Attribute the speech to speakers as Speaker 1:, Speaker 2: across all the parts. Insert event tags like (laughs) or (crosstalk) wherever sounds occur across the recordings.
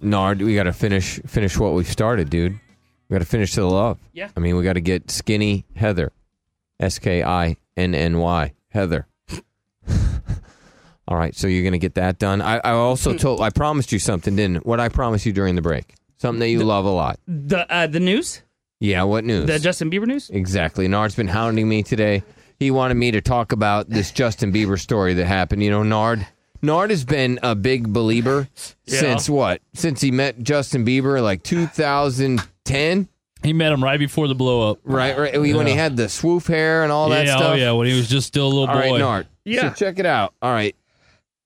Speaker 1: Nard, we got to finish finish what we've started, dude. We got to finish the love.
Speaker 2: Yeah.
Speaker 1: I mean, we got to get skinny Heather, S K I N N Y Heather. (laughs) All right, so you're gonna get that done. I, I also told I promised you something, didn't? I? What I promised you during the break, something that you love a lot.
Speaker 2: The uh, the news,
Speaker 1: Yeah. What news?
Speaker 2: the Justin Bieber news.
Speaker 1: Exactly. Nard's been hounding me today. He wanted me to talk about this Justin Bieber story that happened. You know, Nard. Nard has been a big believer
Speaker 2: Yeah.
Speaker 1: since what? Since he met Justin Bieber, like 2010,
Speaker 3: He met him right before the blow up.
Speaker 1: right? Right when he
Speaker 3: Yeah.
Speaker 1: had the swoof hair and all
Speaker 3: yeah,
Speaker 1: that stuff.
Speaker 3: oh yeah, when he was just still a little
Speaker 1: All
Speaker 3: boy.
Speaker 1: right, Nard.
Speaker 2: Yeah.
Speaker 1: So check it out. All right,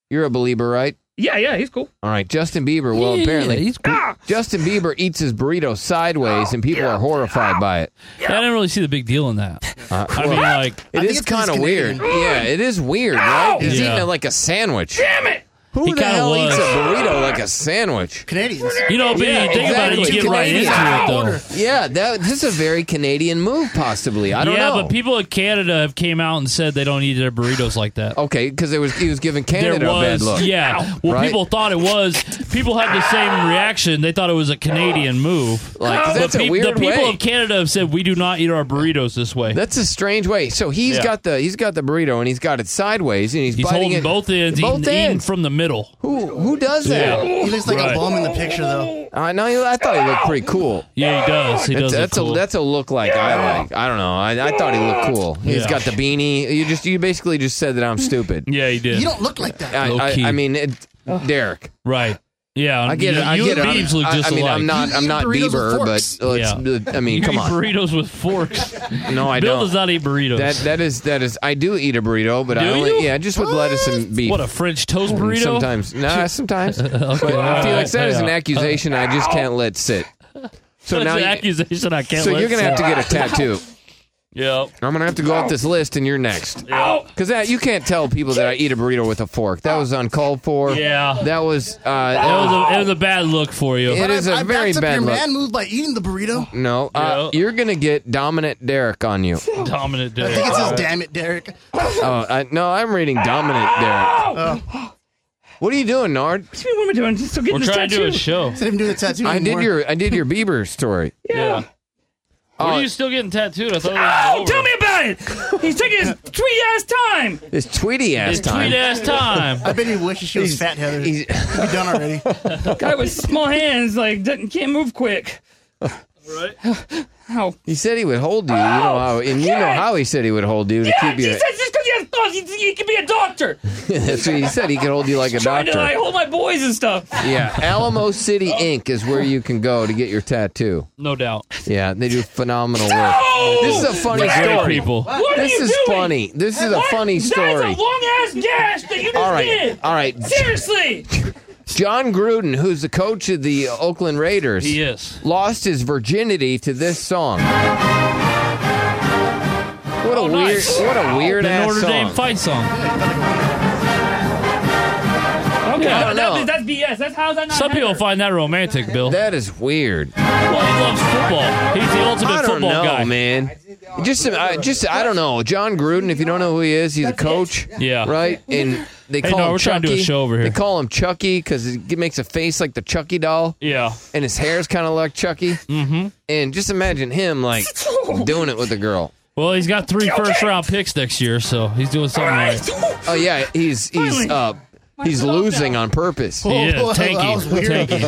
Speaker 1: you're a believer, right?
Speaker 2: Yeah, yeah, he's cool.
Speaker 1: All right, Justin Bieber. Well,
Speaker 3: Yeah,
Speaker 1: apparently (laughs)
Speaker 3: he's cool.
Speaker 1: Justin Bieber eats his burrito sideways, and people are horrified by it.
Speaker 3: I didn't really see the big deal in that.
Speaker 1: (laughs) Uh,
Speaker 3: I
Speaker 1: well-
Speaker 3: mean, like,
Speaker 1: It
Speaker 4: I think
Speaker 1: is
Speaker 4: it's 'cause
Speaker 1: kind of
Speaker 4: he's
Speaker 1: weird.
Speaker 4: Canadian.
Speaker 1: Yeah, it is weird, right? He's
Speaker 3: Yeah.
Speaker 1: eating it like a sandwich. Damn it! Who
Speaker 3: He
Speaker 1: the
Speaker 3: kinda
Speaker 1: hell eats a
Speaker 3: was.
Speaker 1: burrito like a sandwich?
Speaker 4: Canadians.
Speaker 3: you know, but
Speaker 1: Yeah,
Speaker 3: you think about it,
Speaker 1: exactly.
Speaker 3: you get right
Speaker 1: Canadian.
Speaker 3: into it, though.
Speaker 1: Yeah, that this is a very Canadian move, possibly. I don't
Speaker 3: yeah,
Speaker 1: know.
Speaker 3: but people in Canada have came out and said they don't eat their burritos like that.
Speaker 1: okay, because was he was giving Oh, Canada
Speaker 3: there
Speaker 1: a bad
Speaker 3: was,
Speaker 1: look.
Speaker 3: yeah. Well,
Speaker 1: Right?
Speaker 3: people thought it was. People had the same reaction. They thought it was a Canadian move.
Speaker 1: Like, 'cause
Speaker 3: But
Speaker 1: that's a
Speaker 3: peop-
Speaker 1: weird
Speaker 3: The people
Speaker 1: way.
Speaker 3: of Canada have said we do not eat our burritos this way.
Speaker 1: That's a strange way. So he's
Speaker 3: Yeah.
Speaker 1: got the he's got the burrito and he's got it sideways and he's,
Speaker 3: He's
Speaker 1: biting
Speaker 3: holding
Speaker 1: it
Speaker 3: both ends,
Speaker 1: Both
Speaker 3: eating, eating
Speaker 1: ends.
Speaker 3: from the middle.
Speaker 1: Who who does that?
Speaker 3: Yeah.
Speaker 4: He looks like
Speaker 3: Right.
Speaker 4: a bum in the picture, though.
Speaker 1: I know. I thought he looked pretty cool.
Speaker 3: Yeah, he does. He
Speaker 1: That's,
Speaker 3: does. look
Speaker 1: that's
Speaker 3: cool.
Speaker 1: a that's a look like I like. I don't know. I, I thought he looked cool. He's
Speaker 3: Yeah.
Speaker 1: got the beanie. You just you basically just said that I'm stupid.
Speaker 3: yeah, he did.
Speaker 4: You don't look like that.
Speaker 1: I,
Speaker 3: Low
Speaker 1: I,
Speaker 3: key.
Speaker 1: I mean, it, Derek.
Speaker 3: Right. Yeah.
Speaker 1: I get
Speaker 3: you,
Speaker 1: it. I
Speaker 3: you
Speaker 1: get it.
Speaker 3: and
Speaker 1: I'm-
Speaker 3: Biebs look
Speaker 1: I,
Speaker 3: just
Speaker 1: I mean,
Speaker 3: alike.
Speaker 1: I'm not. I'm
Speaker 4: You
Speaker 1: not
Speaker 4: eat burritos with
Speaker 1: Bieber,
Speaker 4: forks.
Speaker 1: but let's. I mean,
Speaker 3: You
Speaker 1: come
Speaker 3: eat
Speaker 1: on. (laughs)
Speaker 3: burritos with forks.
Speaker 1: No, I
Speaker 3: Bill
Speaker 1: don't.
Speaker 3: does not eat burritos.
Speaker 1: That that is that is. I do eat a burrito, but I
Speaker 3: Do
Speaker 1: only
Speaker 3: you?
Speaker 1: yeah, just with lettuce and beef.
Speaker 3: what a French toast
Speaker 1: Mm,
Speaker 3: burrito.
Speaker 1: Sometimes,
Speaker 3: (laughs)
Speaker 1: nah, sometimes. but
Speaker 3: all
Speaker 1: Felix,
Speaker 3: right,
Speaker 1: that is an
Speaker 3: yeah.
Speaker 1: accusation I just can't let sit. So
Speaker 3: That's
Speaker 1: now,
Speaker 3: an
Speaker 1: you-
Speaker 3: accusation I can't.
Speaker 1: so
Speaker 3: let
Speaker 1: you're gonna have to
Speaker 3: slide.
Speaker 1: get a tattoo.
Speaker 3: Yep.
Speaker 1: I'm gonna have to go up this list, and you're next. Because that you can't tell people that I eat a burrito with a fork. That was uncalled for.
Speaker 3: Yeah.
Speaker 1: That was. Uh,
Speaker 3: It
Speaker 1: that was
Speaker 3: was, a, it was a bad look for you.
Speaker 1: It
Speaker 4: But
Speaker 1: is a
Speaker 4: I- I
Speaker 1: very
Speaker 4: backed up
Speaker 1: bad
Speaker 4: your
Speaker 1: look.
Speaker 4: man move by eating the burrito.
Speaker 1: no, uh,
Speaker 3: Yeah.
Speaker 1: you're gonna get dominant Derek on you.
Speaker 3: Dominant
Speaker 4: I think
Speaker 3: day.
Speaker 1: (laughs)
Speaker 4: it says, "Damn it, Derek."
Speaker 1: Oh I, no, I'm reading dominant Derek. What are you doing, Nard?
Speaker 2: What do you mean, what am I doing? I'm still getting
Speaker 3: We're
Speaker 2: this
Speaker 3: trying to do a
Speaker 2: tattoo.
Speaker 3: show.
Speaker 4: Instead of him doing the tattoo,
Speaker 1: I did
Speaker 4: anymore.
Speaker 1: your I did your Bieber story.
Speaker 2: Yeah.
Speaker 3: Were
Speaker 1: Uh,
Speaker 3: you still getting tattooed? I thought it
Speaker 2: Oh,
Speaker 3: was over.
Speaker 2: tell me about it. He's taking his sweet ass time.
Speaker 1: It's Tweety ass
Speaker 3: It's
Speaker 1: time.
Speaker 3: tweet
Speaker 1: (laughs)
Speaker 3: ass time.
Speaker 4: I bet he wishes she was fat Heather.
Speaker 1: He's-
Speaker 4: He'd be done already.
Speaker 2: Guy with small hands, like doesn't can't move quick. Oh, Right. Ow.
Speaker 1: he said he would hold you. You know how, and you know
Speaker 2: yeah.
Speaker 1: how he said he would hold you to
Speaker 2: Yeah,
Speaker 1: keep you.
Speaker 2: she says just because he has thoughts, he, he can be a doctor.
Speaker 1: (laughs) That's what he said. He could hold you like a
Speaker 2: Trying to like
Speaker 1: doctor.
Speaker 2: hold my boys and stuff.
Speaker 1: Yeah, (laughs) Alamo City Inc. is where you can go to get your tattoo.
Speaker 3: No doubt.
Speaker 1: Yeah, they do phenomenal work.
Speaker 2: Oh!
Speaker 1: This is a funny
Speaker 3: Great
Speaker 1: story.
Speaker 3: people.
Speaker 2: What are
Speaker 1: This
Speaker 2: you
Speaker 1: is
Speaker 2: doing?
Speaker 1: funny. This is a
Speaker 2: What?
Speaker 1: funny story.
Speaker 2: That's a long ass gash that you just
Speaker 1: All right,
Speaker 2: did.
Speaker 1: all right.
Speaker 2: Seriously.
Speaker 1: John Gruden, who's the coach of the Oakland Raiders,
Speaker 3: He is.
Speaker 1: lost his virginity to this song. What a
Speaker 3: Oh,
Speaker 1: weird,
Speaker 3: nice.
Speaker 1: what a weird
Speaker 3: The
Speaker 1: ass
Speaker 3: Notre
Speaker 1: song.
Speaker 3: Dame fight song.
Speaker 2: Okay.
Speaker 1: I don't know.
Speaker 2: That, that's BS. That's how's that not
Speaker 3: Some people
Speaker 2: Heather?
Speaker 3: find that romantic, Bill.
Speaker 1: That is weird.
Speaker 3: Well, he loves football. He's the ultimate
Speaker 1: I don't
Speaker 3: football
Speaker 1: know,
Speaker 3: guy.
Speaker 1: man. Just, I, just, I don't know. John Gruden. If you don't know who he is, he's a coach,
Speaker 3: Yeah.
Speaker 1: right? And they
Speaker 3: (laughs) Hey,
Speaker 1: call
Speaker 3: no,
Speaker 1: him
Speaker 3: we're
Speaker 1: Chucky.
Speaker 3: trying to do a show over here.
Speaker 1: They call him Chucky because he makes a face like the Chucky doll,
Speaker 3: Yeah.
Speaker 1: and his hair's kind of like Chucky. Mm-hmm. And just imagine him
Speaker 3: (laughs)
Speaker 1: like doing it with a girl.
Speaker 3: Well, he's got three first round picks next year, so he's doing something right.
Speaker 2: (laughs)
Speaker 1: Oh yeah, he's he's uh he's losing on purpose.
Speaker 3: He is.
Speaker 4: Oh,
Speaker 3: Tanky.
Speaker 4: that was weird.
Speaker 3: Tanky.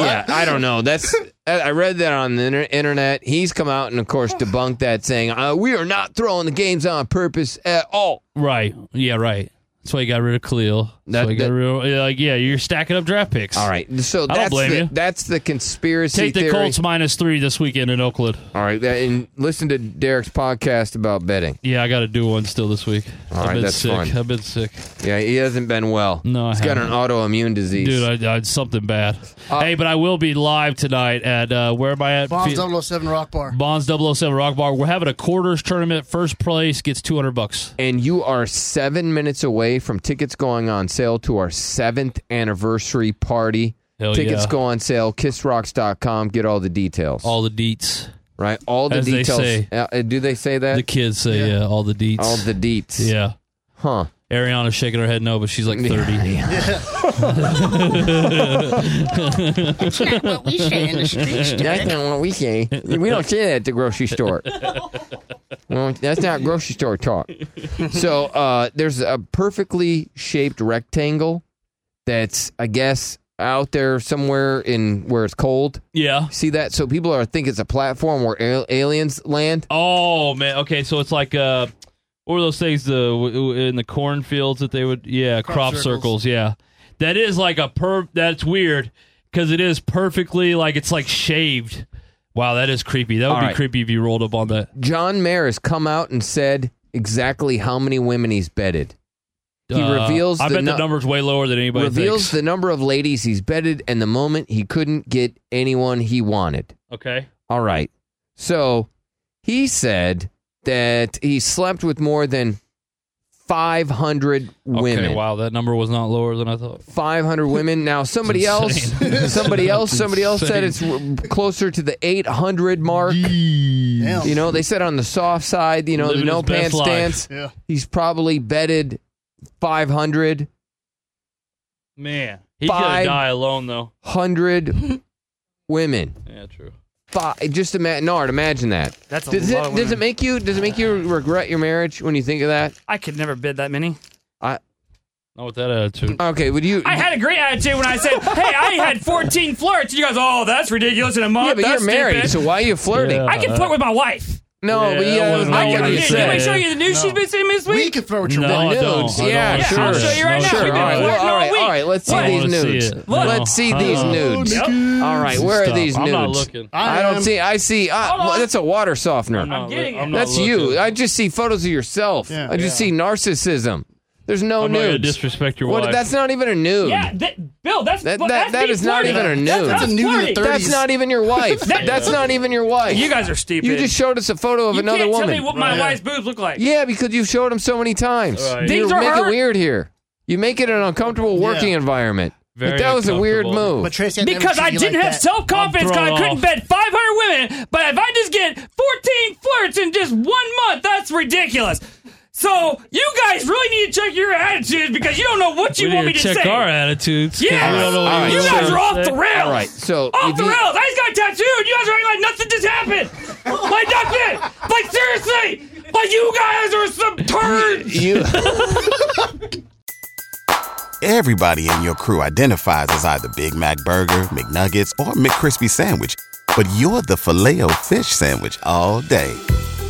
Speaker 1: Yeah, I don't know. That's I I read that on the inter- internet. He's come out and of course debunked that, saying uh, we are not throwing the games on purpose at all.
Speaker 3: Right. Yeah, right. That's why you got rid of Khalil. That's
Speaker 1: That-
Speaker 3: why you got
Speaker 1: that-
Speaker 3: rid of, yeah, like, yeah, you're stacking up draft picks.
Speaker 1: All right, so that's
Speaker 3: blame
Speaker 1: the,
Speaker 3: you.
Speaker 1: that's the conspiracy
Speaker 3: Take the
Speaker 1: theory.
Speaker 3: Colts minus three this weekend in Oakland.
Speaker 1: All right, that- and listen to Derek's podcast about betting.
Speaker 3: Yeah, I got to do one still this week.
Speaker 1: All
Speaker 3: I've
Speaker 1: right,
Speaker 3: been
Speaker 1: that's
Speaker 3: sick.
Speaker 1: fine.
Speaker 3: I've been sick,
Speaker 1: Yeah, he hasn't been well.
Speaker 3: No, I
Speaker 1: he's got an
Speaker 3: haven't.
Speaker 1: autoimmune disease.
Speaker 3: dude. I, I something bad.
Speaker 1: Uh,
Speaker 3: hey, but I will be live tonight at uh, where am I at?
Speaker 4: Bombs
Speaker 3: Fe-
Speaker 4: 007 Rock Bar.
Speaker 3: Bonds 007 Rock Bar. We're having a quarters tournament. First place gets 200 bucks.
Speaker 1: and you are seven minutes away from tickets going on sale to our seventh anniversary party.
Speaker 3: Hell
Speaker 1: tickets
Speaker 3: yeah.
Speaker 1: go on sale. Kissrocks.com. Get all the details.
Speaker 3: All the deets.
Speaker 1: right, all the
Speaker 3: as they
Speaker 1: details.
Speaker 3: say.
Speaker 1: Uh, uh, do they say that?
Speaker 3: The kids say, yeah, all the deets.
Speaker 1: all the deets.
Speaker 3: Yeah.
Speaker 1: Huh.
Speaker 3: Ariana's shaking her head no, but she's like 30.
Speaker 1: (laughs)
Speaker 4: what we say in the streets.
Speaker 1: That's not what we say. We don't say that at the grocery store. Well, that's not grocery store talk. So uh, there's a perfectly shaped rectangle that's, I guess, out there somewhere in where it's cold.
Speaker 3: Yeah.
Speaker 1: See that? So people are think it's a platform where al- aliens land.
Speaker 3: Oh man. Okay, so it's like uh, what were those things the w- w- in the cornfields that they would yeah crop, circles. yeah. That is like a per. That's weird because it is perfectly like it's like shaved. Wow, that is creepy. That would
Speaker 1: All
Speaker 3: be
Speaker 1: right.
Speaker 3: creepy if you rolled up on that.
Speaker 1: John Mayer has come out and said exactly how many women he's bedded. He
Speaker 3: Uh,
Speaker 1: reveals
Speaker 3: I
Speaker 1: the
Speaker 3: bet
Speaker 1: nu-
Speaker 3: the number's way lower than anybody
Speaker 1: reveals
Speaker 3: thinks.
Speaker 1: the number of ladies he's bedded and the moment he couldn't get anyone he wanted.
Speaker 3: okay.
Speaker 1: All right. So he said that he slept with more than 500 women.
Speaker 3: Okay. Wow, that number was not lower than I thought.
Speaker 1: 500 women. Now somebody else, (laughs)
Speaker 3: insane. (laughs)
Speaker 1: somebody else,
Speaker 3: That's
Speaker 1: somebody else said it's
Speaker 3: insane.
Speaker 1: w- closer to the 800 mark.
Speaker 4: Damn.
Speaker 1: You know, they said on the soft side, you know,
Speaker 3: Living
Speaker 1: the no
Speaker 3: his best
Speaker 1: pants
Speaker 3: life.
Speaker 1: stance,
Speaker 4: Yeah.
Speaker 1: he's probably betted 500,
Speaker 3: Man, he's gonna
Speaker 1: Five.
Speaker 3: die alone though.
Speaker 1: 100 women.
Speaker 3: Yeah, true.
Speaker 1: Five, just imagine, Nard, imagine that.
Speaker 5: That's a
Speaker 1: does
Speaker 5: lot
Speaker 1: it
Speaker 5: of
Speaker 1: does it
Speaker 5: women.
Speaker 1: make you does it make you regret your marriage when you think of that?
Speaker 5: I could never bid that many.
Speaker 1: I
Speaker 3: Not with that attitude.
Speaker 1: okay. Would you?
Speaker 2: I had a great attitude when I said, "Hey, I had 14 flirts." You guys, oh, that's ridiculous in a month.
Speaker 1: yeah, but
Speaker 2: that's
Speaker 1: you're married, so
Speaker 2: stupid."
Speaker 1: why are you flirting?
Speaker 3: Yeah.
Speaker 2: I can flirt with my wife.
Speaker 1: No,
Speaker 3: Yeah,
Speaker 1: but
Speaker 3: that
Speaker 1: yeah,
Speaker 3: wasn't
Speaker 1: I get
Speaker 3: what you
Speaker 1: what you
Speaker 3: said.
Speaker 2: Can I
Speaker 1: said.
Speaker 2: show you the news
Speaker 4: No.
Speaker 2: she's been seeing this
Speaker 4: We
Speaker 2: week?
Speaker 4: can throw at your
Speaker 3: No,
Speaker 4: woman.
Speaker 3: I don't.
Speaker 1: Nudes,
Speaker 3: I don't
Speaker 1: yeah,
Speaker 3: wanna see
Speaker 1: sure.
Speaker 3: that.
Speaker 1: I'll show
Speaker 2: you right
Speaker 3: No,
Speaker 2: now.
Speaker 3: sure.
Speaker 2: We've been
Speaker 3: All right.
Speaker 1: well,
Speaker 2: flirting all
Speaker 1: all right,
Speaker 2: week.
Speaker 1: all right. Let's see
Speaker 3: I
Speaker 1: these
Speaker 3: wanna see
Speaker 1: nudes.
Speaker 3: it.
Speaker 1: Let's see these
Speaker 3: Uh-uh.
Speaker 1: nudes.
Speaker 2: Yep.
Speaker 1: All right, where are
Speaker 3: Stop.
Speaker 1: these
Speaker 3: I'm
Speaker 1: nudes?
Speaker 3: not looking.
Speaker 1: I
Speaker 4: am-
Speaker 1: don't see. I see. Uh,
Speaker 2: Hold on.
Speaker 1: well, that's a water softener.
Speaker 3: not
Speaker 2: getting
Speaker 3: loo-
Speaker 2: it.
Speaker 3: not
Speaker 1: That's
Speaker 3: looking.
Speaker 1: you. I just see photos of yourself.
Speaker 4: Yeah.
Speaker 1: I just see narcissism. There's no
Speaker 3: I'm not gonna
Speaker 1: nudes.
Speaker 3: disrespect your
Speaker 1: What-
Speaker 3: wife.
Speaker 1: That's not even a nude.
Speaker 2: Yeah, that, Bill, that's
Speaker 1: That-
Speaker 2: well,
Speaker 1: that-
Speaker 2: that's
Speaker 1: that
Speaker 2: me
Speaker 1: is not
Speaker 2: flirting.
Speaker 1: even a nude.
Speaker 2: That's,
Speaker 1: That's
Speaker 2: us
Speaker 4: a nude in the
Speaker 2: flirting.
Speaker 4: third-
Speaker 1: That's
Speaker 4: 30s.
Speaker 1: not even your wife.
Speaker 2: That-
Speaker 1: That's not even your wife.
Speaker 2: You guys are stupid.
Speaker 1: You just showed us a photo of
Speaker 2: You
Speaker 1: another
Speaker 2: can't
Speaker 1: woman.
Speaker 2: Tell me what my wife's boobs look like.
Speaker 1: Yeah, because you've showed them so many times.
Speaker 3: Right.
Speaker 1: You
Speaker 2: These are
Speaker 1: make
Speaker 2: her-
Speaker 1: it weird here. You make it an uncomfortable working
Speaker 4: Yeah.
Speaker 1: environment.
Speaker 3: Very
Speaker 1: but that was a weird
Speaker 3: uncomfortable.
Speaker 1: move.
Speaker 4: But Tracy, I'd never
Speaker 2: Because
Speaker 4: treat
Speaker 2: I
Speaker 4: you
Speaker 2: didn't
Speaker 4: like
Speaker 2: have
Speaker 4: that.
Speaker 2: self confidence
Speaker 3: I'm
Speaker 2: because I
Speaker 3: thrown
Speaker 2: couldn't
Speaker 3: off.
Speaker 2: bed 500 women. But if I just get 14 flirts in just one month, that's ridiculous. So you guys really need to check your attitudes because you don't know what you
Speaker 3: we
Speaker 2: want
Speaker 3: need
Speaker 2: me
Speaker 3: to
Speaker 2: to
Speaker 3: check
Speaker 2: say.
Speaker 3: our attitudes. 'cause
Speaker 2: Yeah,
Speaker 3: we don't know what
Speaker 1: All right,
Speaker 2: you
Speaker 3: want
Speaker 2: guys
Speaker 3: to
Speaker 2: are off
Speaker 3: say.
Speaker 2: the rails.
Speaker 1: All right, so
Speaker 2: off
Speaker 1: if
Speaker 2: the
Speaker 1: you-
Speaker 2: rails. I just got tattooed. You guys are acting like nothing just happened. like nothing. Like seriously. Like you guys are some turds.
Speaker 1: you
Speaker 6: Everybody in your crew identifies as either Big Mac Burger, McNuggets, or McCrispy Sandwich. But you're the filet fish Sandwich all day.